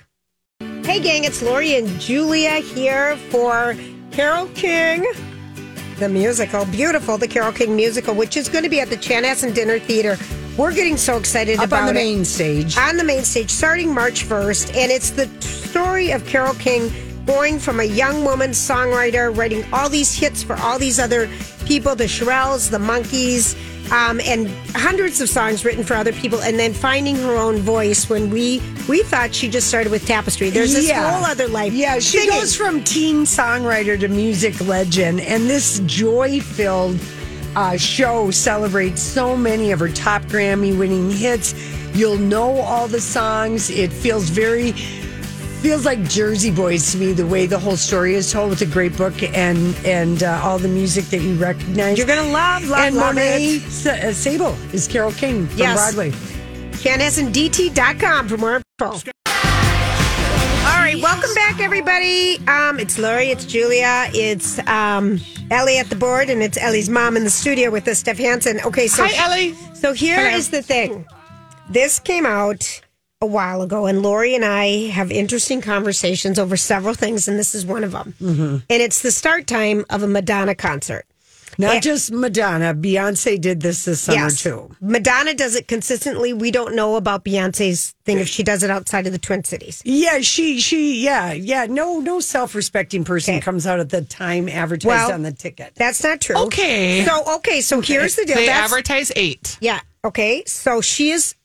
A: Hey, gang, it's Lori and Julia here for Carol King, the musical. Beautiful, the Carol King musical, which is going to be at the Chanhassen Dinner Theater. We're getting so excited
B: Up
A: about
B: on the
A: it
B: main stage.
A: on the main stage starting March 1st, and it's the t- story of Carol King going from a young woman songwriter, writing all these hits for all these other people the Shirelles, the Monkees, um, and hundreds of songs written for other people, and then finding her own voice when we we thought she just started with Tapestry. There's this
B: Yeah.
A: whole other life.
B: Yeah, she
A: singing.
B: goes from teen songwriter to music legend, and this joy filled uh, show celebrates so many of her top Grammy winning hits. You'll know all the songs. It feels very, feels like Jersey Boys to me, the way the whole story is told with a great book and and uh, all the music that you recognize.
A: You're gonna love, love,
B: and
A: love
B: Monet
A: it.
B: Sa- uh, Sable is Carol King from
A: Yes.
B: Broadway.
A: CanHessenDT.com for more info. All right, welcome back, everybody. Um, it's Lori, it's Julia, it's um, Ellie at the board, and it's Ellie's mom in the studio with us, Steph Hansen. Okay, so
J: Hi, Ellie.
A: so here is
J: Hello.
A: the thing. This came out a while ago, and Lori and I have interesting conversations over several things, and this is one of them.
J: Mm-hmm.
A: And it's the start time of a Madonna concert.
B: Not
A: Yeah.
B: just Madonna, Beyonce did this this summer too.
A: Madonna does it consistently. We don't know about Beyonce's thing if she does it outside of the Twin Cities.
B: Yeah, she she yeah yeah no no self respecting person
A: Okay.
B: comes out at the time advertised
A: Well-
B: on the ticket.
A: That's not true.
J: Okay.
A: So okay, so here's the deal.
J: They
A: That's-
J: advertise eight.
A: Yeah. Okay. So she is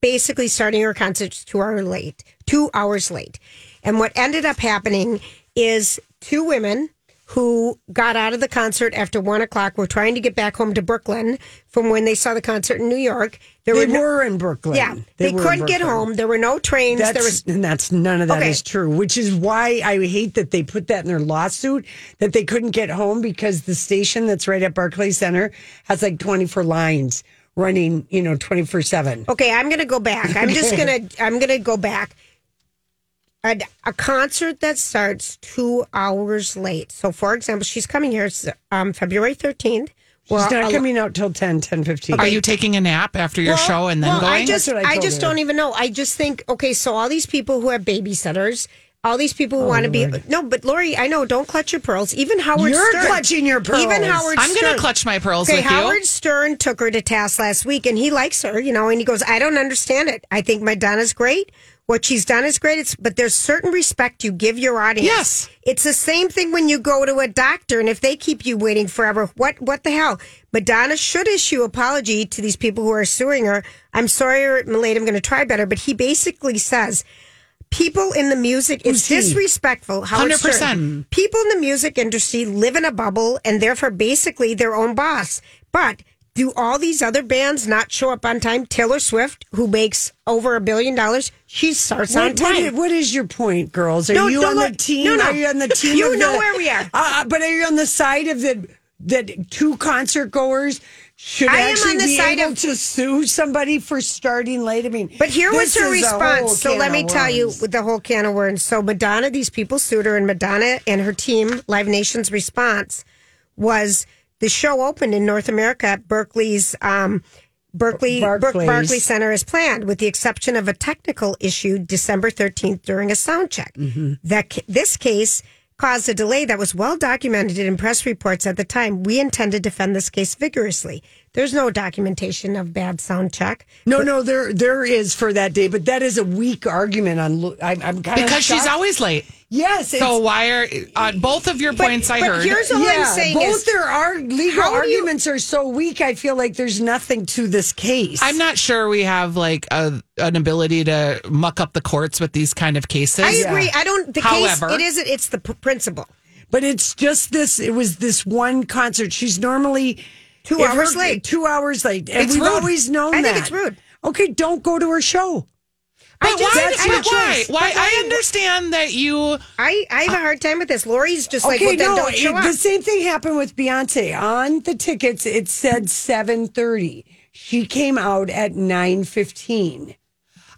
A: basically starting her concerts two hour late, two hours late, and what ended up happening is two women who got out of the concert after one o'clock were trying to get back home to Brooklyn from when they saw the concert in New York. There
B: They
A: were no-
B: were in Brooklyn.
A: yeah, they,
B: were in
A: couldn't get
B: Brooklyn.
A: home. There were no trains.
B: That's,
A: there was
B: and that's none of that is
A: Okay.
B: true, which is why I hate that they put that in their lawsuit that they couldn't get home because the station that's right at Barclay Center has like twenty four lines running, you know, 24 7.
A: Okay, I'm going to go back. I'm just going to I'm going to go back. A, a concert that starts two hours late. So, for example, she's coming here um, February 13th. Well,
B: She's not
A: a-
B: coming out till 10, 10 15.
J: Are you taking a nap after your
A: Well,
J: show and then
A: well,
J: going?
A: I just,
B: That's what
A: I,
B: I told
A: just
B: her.
A: don't even know. I just think, okay, so all these people who have babysitters, all these people
B: Oh,
A: who want to be no, but Lori, I know, don't clutch your pearls. Even Howard,
B: You're
A: Stern,
B: clutching your
A: Even
B: pearls.
A: Howard,
J: I'm going
A: Stern-
J: to clutch my pearls
A: Okay,
J: with
A: Howard
J: you.
A: Stern took her to task last week, and he likes her, you know, and he goes, I don't understand it. I think Madonna's great. What she's done is great, it's, but there's certain respect you give your audience.
J: Yes.
A: It's the same thing when you go to a doctor, and if they keep you waiting forever, what what the hell? Madonna should issue apology to these people who are suing her. I'm sorry, Milady, I'm going to try better, but he basically says, people in the music it's disrespectful Howard Stern.
J: 100%.
A: people in the music industry live in a bubble and therefore basically their own boss but do all these other bands not show up on time taylor swift who makes over a billion dollars she starts on
B: What- what
A: time
B: i- what is your point, girls? Are
A: No,
B: you
A: don't
B: on
A: let-
B: the team?
A: no, no.
B: Are you on the team?
A: You
B: of
A: know
B: the-
A: where we are.
B: Uh, but are you on the side of the that two concert goers should
A: I am
B: actually
A: on the
B: be
A: side
B: able
A: of-
B: to sue somebody for starting late? I mean,
A: But here was
B: this
A: her
B: is a whole
A: response. So
B: can
A: let
B: of
A: me tell you
B: worms.
A: with the whole can of worms. So Madonna, these people sued her, and Madonna and her team, Live Nation's response was the show opened in North America at Berkeley's um, Berkeley Bar-
B: Barclays.
A: Barclay Center as planned, with the exception of a technical issue December thirteenth during a sound check.
B: Mm-hmm.
A: That ca- this case caused a delay that was well documented in press reports at the time. We intend to defend this case vigorously. There's no documentation of bad sound check.
B: No, no, there there is for that day, but that is a weak argument. On lo- I'm, I'm kind
J: Because
B: of
J: she's always late.
B: yes. It's,
J: So why are on both of your points? I
A: but
J: heard.
A: here's all I'm saying
B: both
A: is,
B: their ar- legal
A: How do you-
B: arguments are so weak. I feel like there's nothing to this case.
J: I'm not sure we have like a, an ability to muck up the courts with these kind of cases.
A: I agree. I don't. The case
J: However-
A: it isn't. It's the p- principle.
B: But it's just this. It was this one concert. She's normally
A: Two
B: if
A: hours late.
B: Two hours late. And
J: It's
B: we've
J: rude.
B: always known
A: I
B: that.
A: think it's rude.
B: Okay, don't go to her show.
J: But
A: just-
J: why?
A: that's your
J: But why?
A: choice.
J: Why?
A: But
J: I
A: I-
J: understand that you.
A: I I have a hard time with this. Lori's just like, well,
B: okay,
A: then
B: no.
A: don't show
B: it-
A: up.
B: the same thing happened with Beyonce. On the tickets, it said seven thirty. She came out at nine fifteen.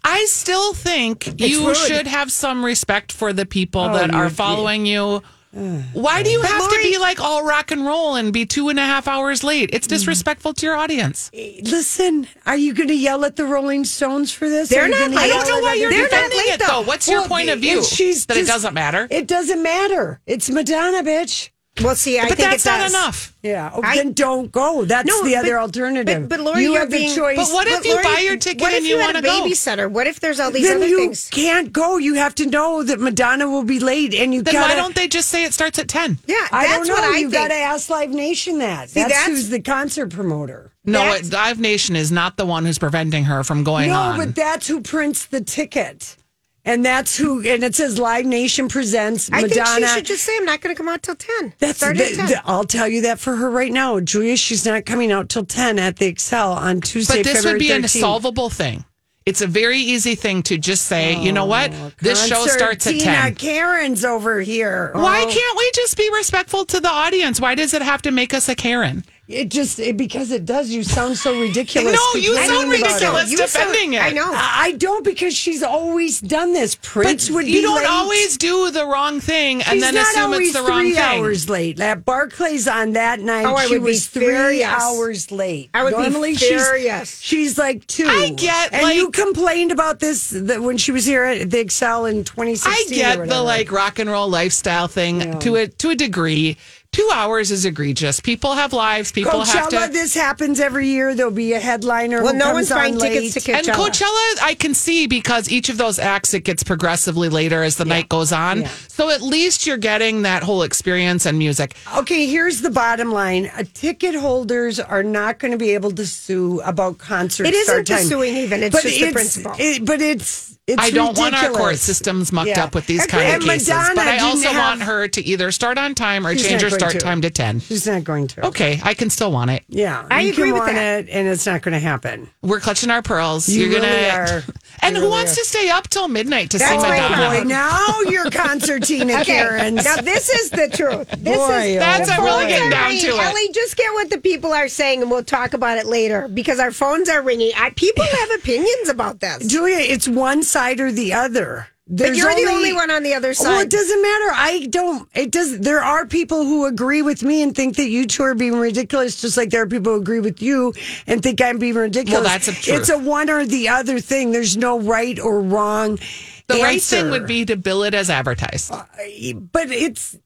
J: I still think you
B: rude.
J: should have some respect for the people that are following you. Why do you have to be like all rock and roll and be two and a half hours late? It's disrespectful to your audience.
B: Listen, are you going to yell at the Rolling Stones for this?
A: They're
B: Are you
A: not
B: gonna
A: late.
J: I
B: yell
J: don't know
B: at
J: why you're
B: other-
A: They're not
J: defending
A: late,
J: it though.
A: though.
J: What's your
B: Well,
J: point of
B: and
J: view?
B: she's
J: that
B: just-
J: it doesn't matter.
B: It doesn't matter. It's Madonna, bitch.
A: well, see, I
J: but
A: think
J: that's
A: it
J: not
A: does.
J: enough.
B: Yeah, oh,
A: I-
B: then don't go. That's
A: No,
B: the
A: but-
B: other alternative.
A: But, but Lori,
B: you
A: you're
B: have the
A: being-
B: choice.
J: But what if
A: but
J: you
A: Lori,
J: buy your ticket
A: what if
J: and you
A: had
J: wanna
A: a
J: go?
A: babysitter? What if there's all these
B: then
A: other
B: you
A: things?
B: can't go. You have to know that Madonna will be late, and you
J: Then
B: gotta.
J: why don't they just say it starts at ten?
A: Yeah,
B: I
A: that's
B: don't know.
A: what I think.
B: you gotta ask Live Nation that.
A: See,
B: that's,
A: that's-
B: who's the concert promoter.
J: No,
A: That's-
J: it, Live Nation is not the one who's preventing her from going
B: no,
J: on.
B: but that's who prints the ticket, and that's who. And it says Live Nation presents
A: I
B: Madonna.
A: think she should just say, "I'm not going to come out till 10.
B: That's
A: Start at
B: the-
A: 10.
B: the- I'll tell you that for her right now, Julia. She's not coming out till ten at the Excel on Tuesday.
J: But this
B: February
J: would be
B: 13th.
J: a solvable thing. It's a very easy thing to just say, you know what? This show starts at
B: Concertina
J: 10.
B: Karen's over here.
J: Why
B: Oh,
J: can't we just be respectful to the audience? Why does it have to make us a Karen?
B: It just it, because it does. You sound so ridiculous.
J: No, you
B: complaining about
J: sound
B: it.
J: ridiculous
A: You sound-
J: defending it.
A: I know.
B: I I don't because she's always done this. Prince would be
J: you don't
B: late.
J: always do the wrong thing and
B: She's
J: then
B: not
J: assume
B: always
J: it's the wrong
B: three
J: thing.
B: hours late. At Barclays on that night,
A: Oh, I
B: she
A: would be
B: was three
A: furious.
B: hours late.
A: I would be
B: Normally
A: furious.
B: She's, she's like two.
J: I get,
B: And you
J: like-
B: complained about this that when she was here at the Excel in 2016.
J: I
B: or
J: get the
B: whatever.
J: like rock and roll lifestyle thing to a to a degree. Two hours is egregious. People have lives. People have to.
B: Coachella, this happens every year. There'll be a headliner.
A: well,
B: who
A: no one's
B: comes
A: buying
B: on
A: tickets to
B: late.
A: Coachella.
J: And Coachella, I can see because each of those acts, it gets progressively later as the night goes on. So at least you're getting that whole experience and music.
B: Okay, here's the bottom line: uh, ticket holders are not going to be able to sue about concert.
A: It isn't
B: start
A: the
B: time.
A: suing even, it's just the principle.
B: it- but it's It's
J: I don't want our court
B: ridiculous.
J: systems mucked
B: Yeah.
J: up with these kind
B: And
J: of cases.
B: Madonna
J: but I
B: didn't
J: also
B: have-
J: want her to either start on time or
B: She's
J: change
B: not
J: her
B: going
J: start
B: to.
J: time to 10.
B: She's not going to.
J: Okay, I can still want it.
B: Yeah,
A: I
B: you
A: agree
B: can
A: with
B: want
A: that.
B: it, and it's not going to happen.
J: We're clutching our pearls.
B: You
J: are gonna
B: really are.
J: And
B: You
J: who
B: really
J: wants
B: are.
J: to stay up till midnight to see
A: That's my
J: Madonna?
B: Boy, now you're concertina, Karen.
A: Now this is the truth. This
B: Boy,
A: is
B: oh
J: That's
A: the
J: a really
A: phones are
J: getting down
A: ringing.
J: to it.
A: Ellie, just get what the people are saying, and we'll talk about it later because our phones are ringing. I, people have opinions about this.
B: Julia, it's one side or the other. There's
A: you're the only one on the other
B: Well, it
A: side.
B: doesn't matter. I don't. It does. There are people who agree with me and think that you two are being ridiculous, just like there are people who agree with you and think I'm being ridiculous.
J: that's a truth.
B: It's a one or the other thing. There's no right or wrong.
J: The right
B: answer.
J: thing would be to bill it as advertised.
B: but it's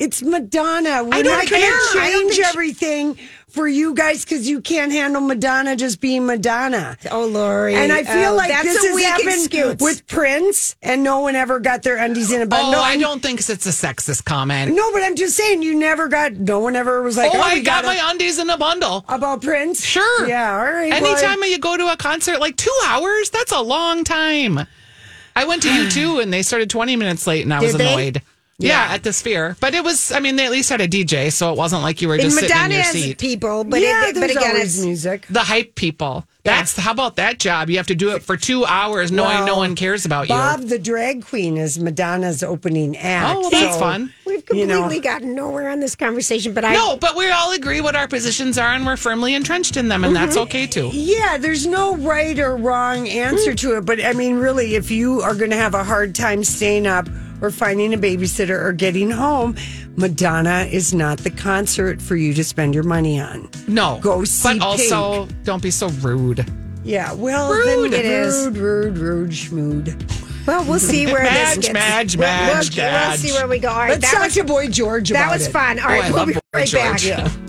B: it's Madonna. We're
J: don't
B: not going
J: care.
B: to
J: I don't
B: change
J: think she-
B: everything for you guys because you can't handle Madonna just being Madonna.
A: Oh, Lori.
B: And I feel
A: Oh,
B: like
A: that's
B: this
A: a
B: has
A: weak
B: happened
A: excuse.
B: with Prince, and no one ever got their undies in a bundle.
J: oh, I
B: And-
J: don't think it's a sexist comment.
B: No, but I'm just saying, you never got. No one ever was like,
J: oh,
B: "Oh,
J: I
B: we
J: got
B: gotta-
J: my undies in a bundle.
B: about Prince."
J: Sure.
B: Yeah. All right. well,
J: Anytime you go to a concert, like two hours, that's a long time. I went to U2 and they started 20 minutes late and I was
A: Did they?
J: annoyed. Yeah. at the Sphere. But it was, I mean, they at least had a DJ, so it wasn't like you were
A: And
J: just sitting in
A: Madonna
J: your
A: has
J: seat.
A: people, but
B: yeah,
A: it, but
B: there's
A: again,
B: always
A: it's
B: music.
J: the hype people. That's how about that job? You have to do it for two hours knowing
B: Well,
J: no one cares about
B: Bob
J: you.
B: the drag queen is Madonna's opening act.
J: Oh, well, that's
B: so-
J: fun.
A: we've completely
B: You know.
A: gotten nowhere on this conversation. But I
J: No, but we all agree what our positions are and we're firmly entrenched in them, and
B: Mm-hmm.
J: that's okay too.
B: Yeah, there's no right or wrong answer
J: Hmm.
B: to it, but I mean, really, if you are going to have a hard time staying up or finding a babysitter or getting home, Madonna is not the concert for you to spend your money on.
J: No.
B: Go see
J: But also, don't be so rude.
B: Yeah, well,
J: Rude
B: then
J: it is.
B: rude, rude, rude, schmood.
A: well, we'll see where this
J: Madge,
A: gets.
J: Madge,
A: we'll,
J: Madge,
A: we'll, we'll
J: Madge.
A: see where we go. All right,
B: Let's
A: that
B: talk
A: was
B: to boy George
A: that
B: about
A: was
B: it.
A: fun. All
J: Oh,
A: right,
J: I
A: we'll
J: love
A: be
J: Boy
A: right back.
J: George.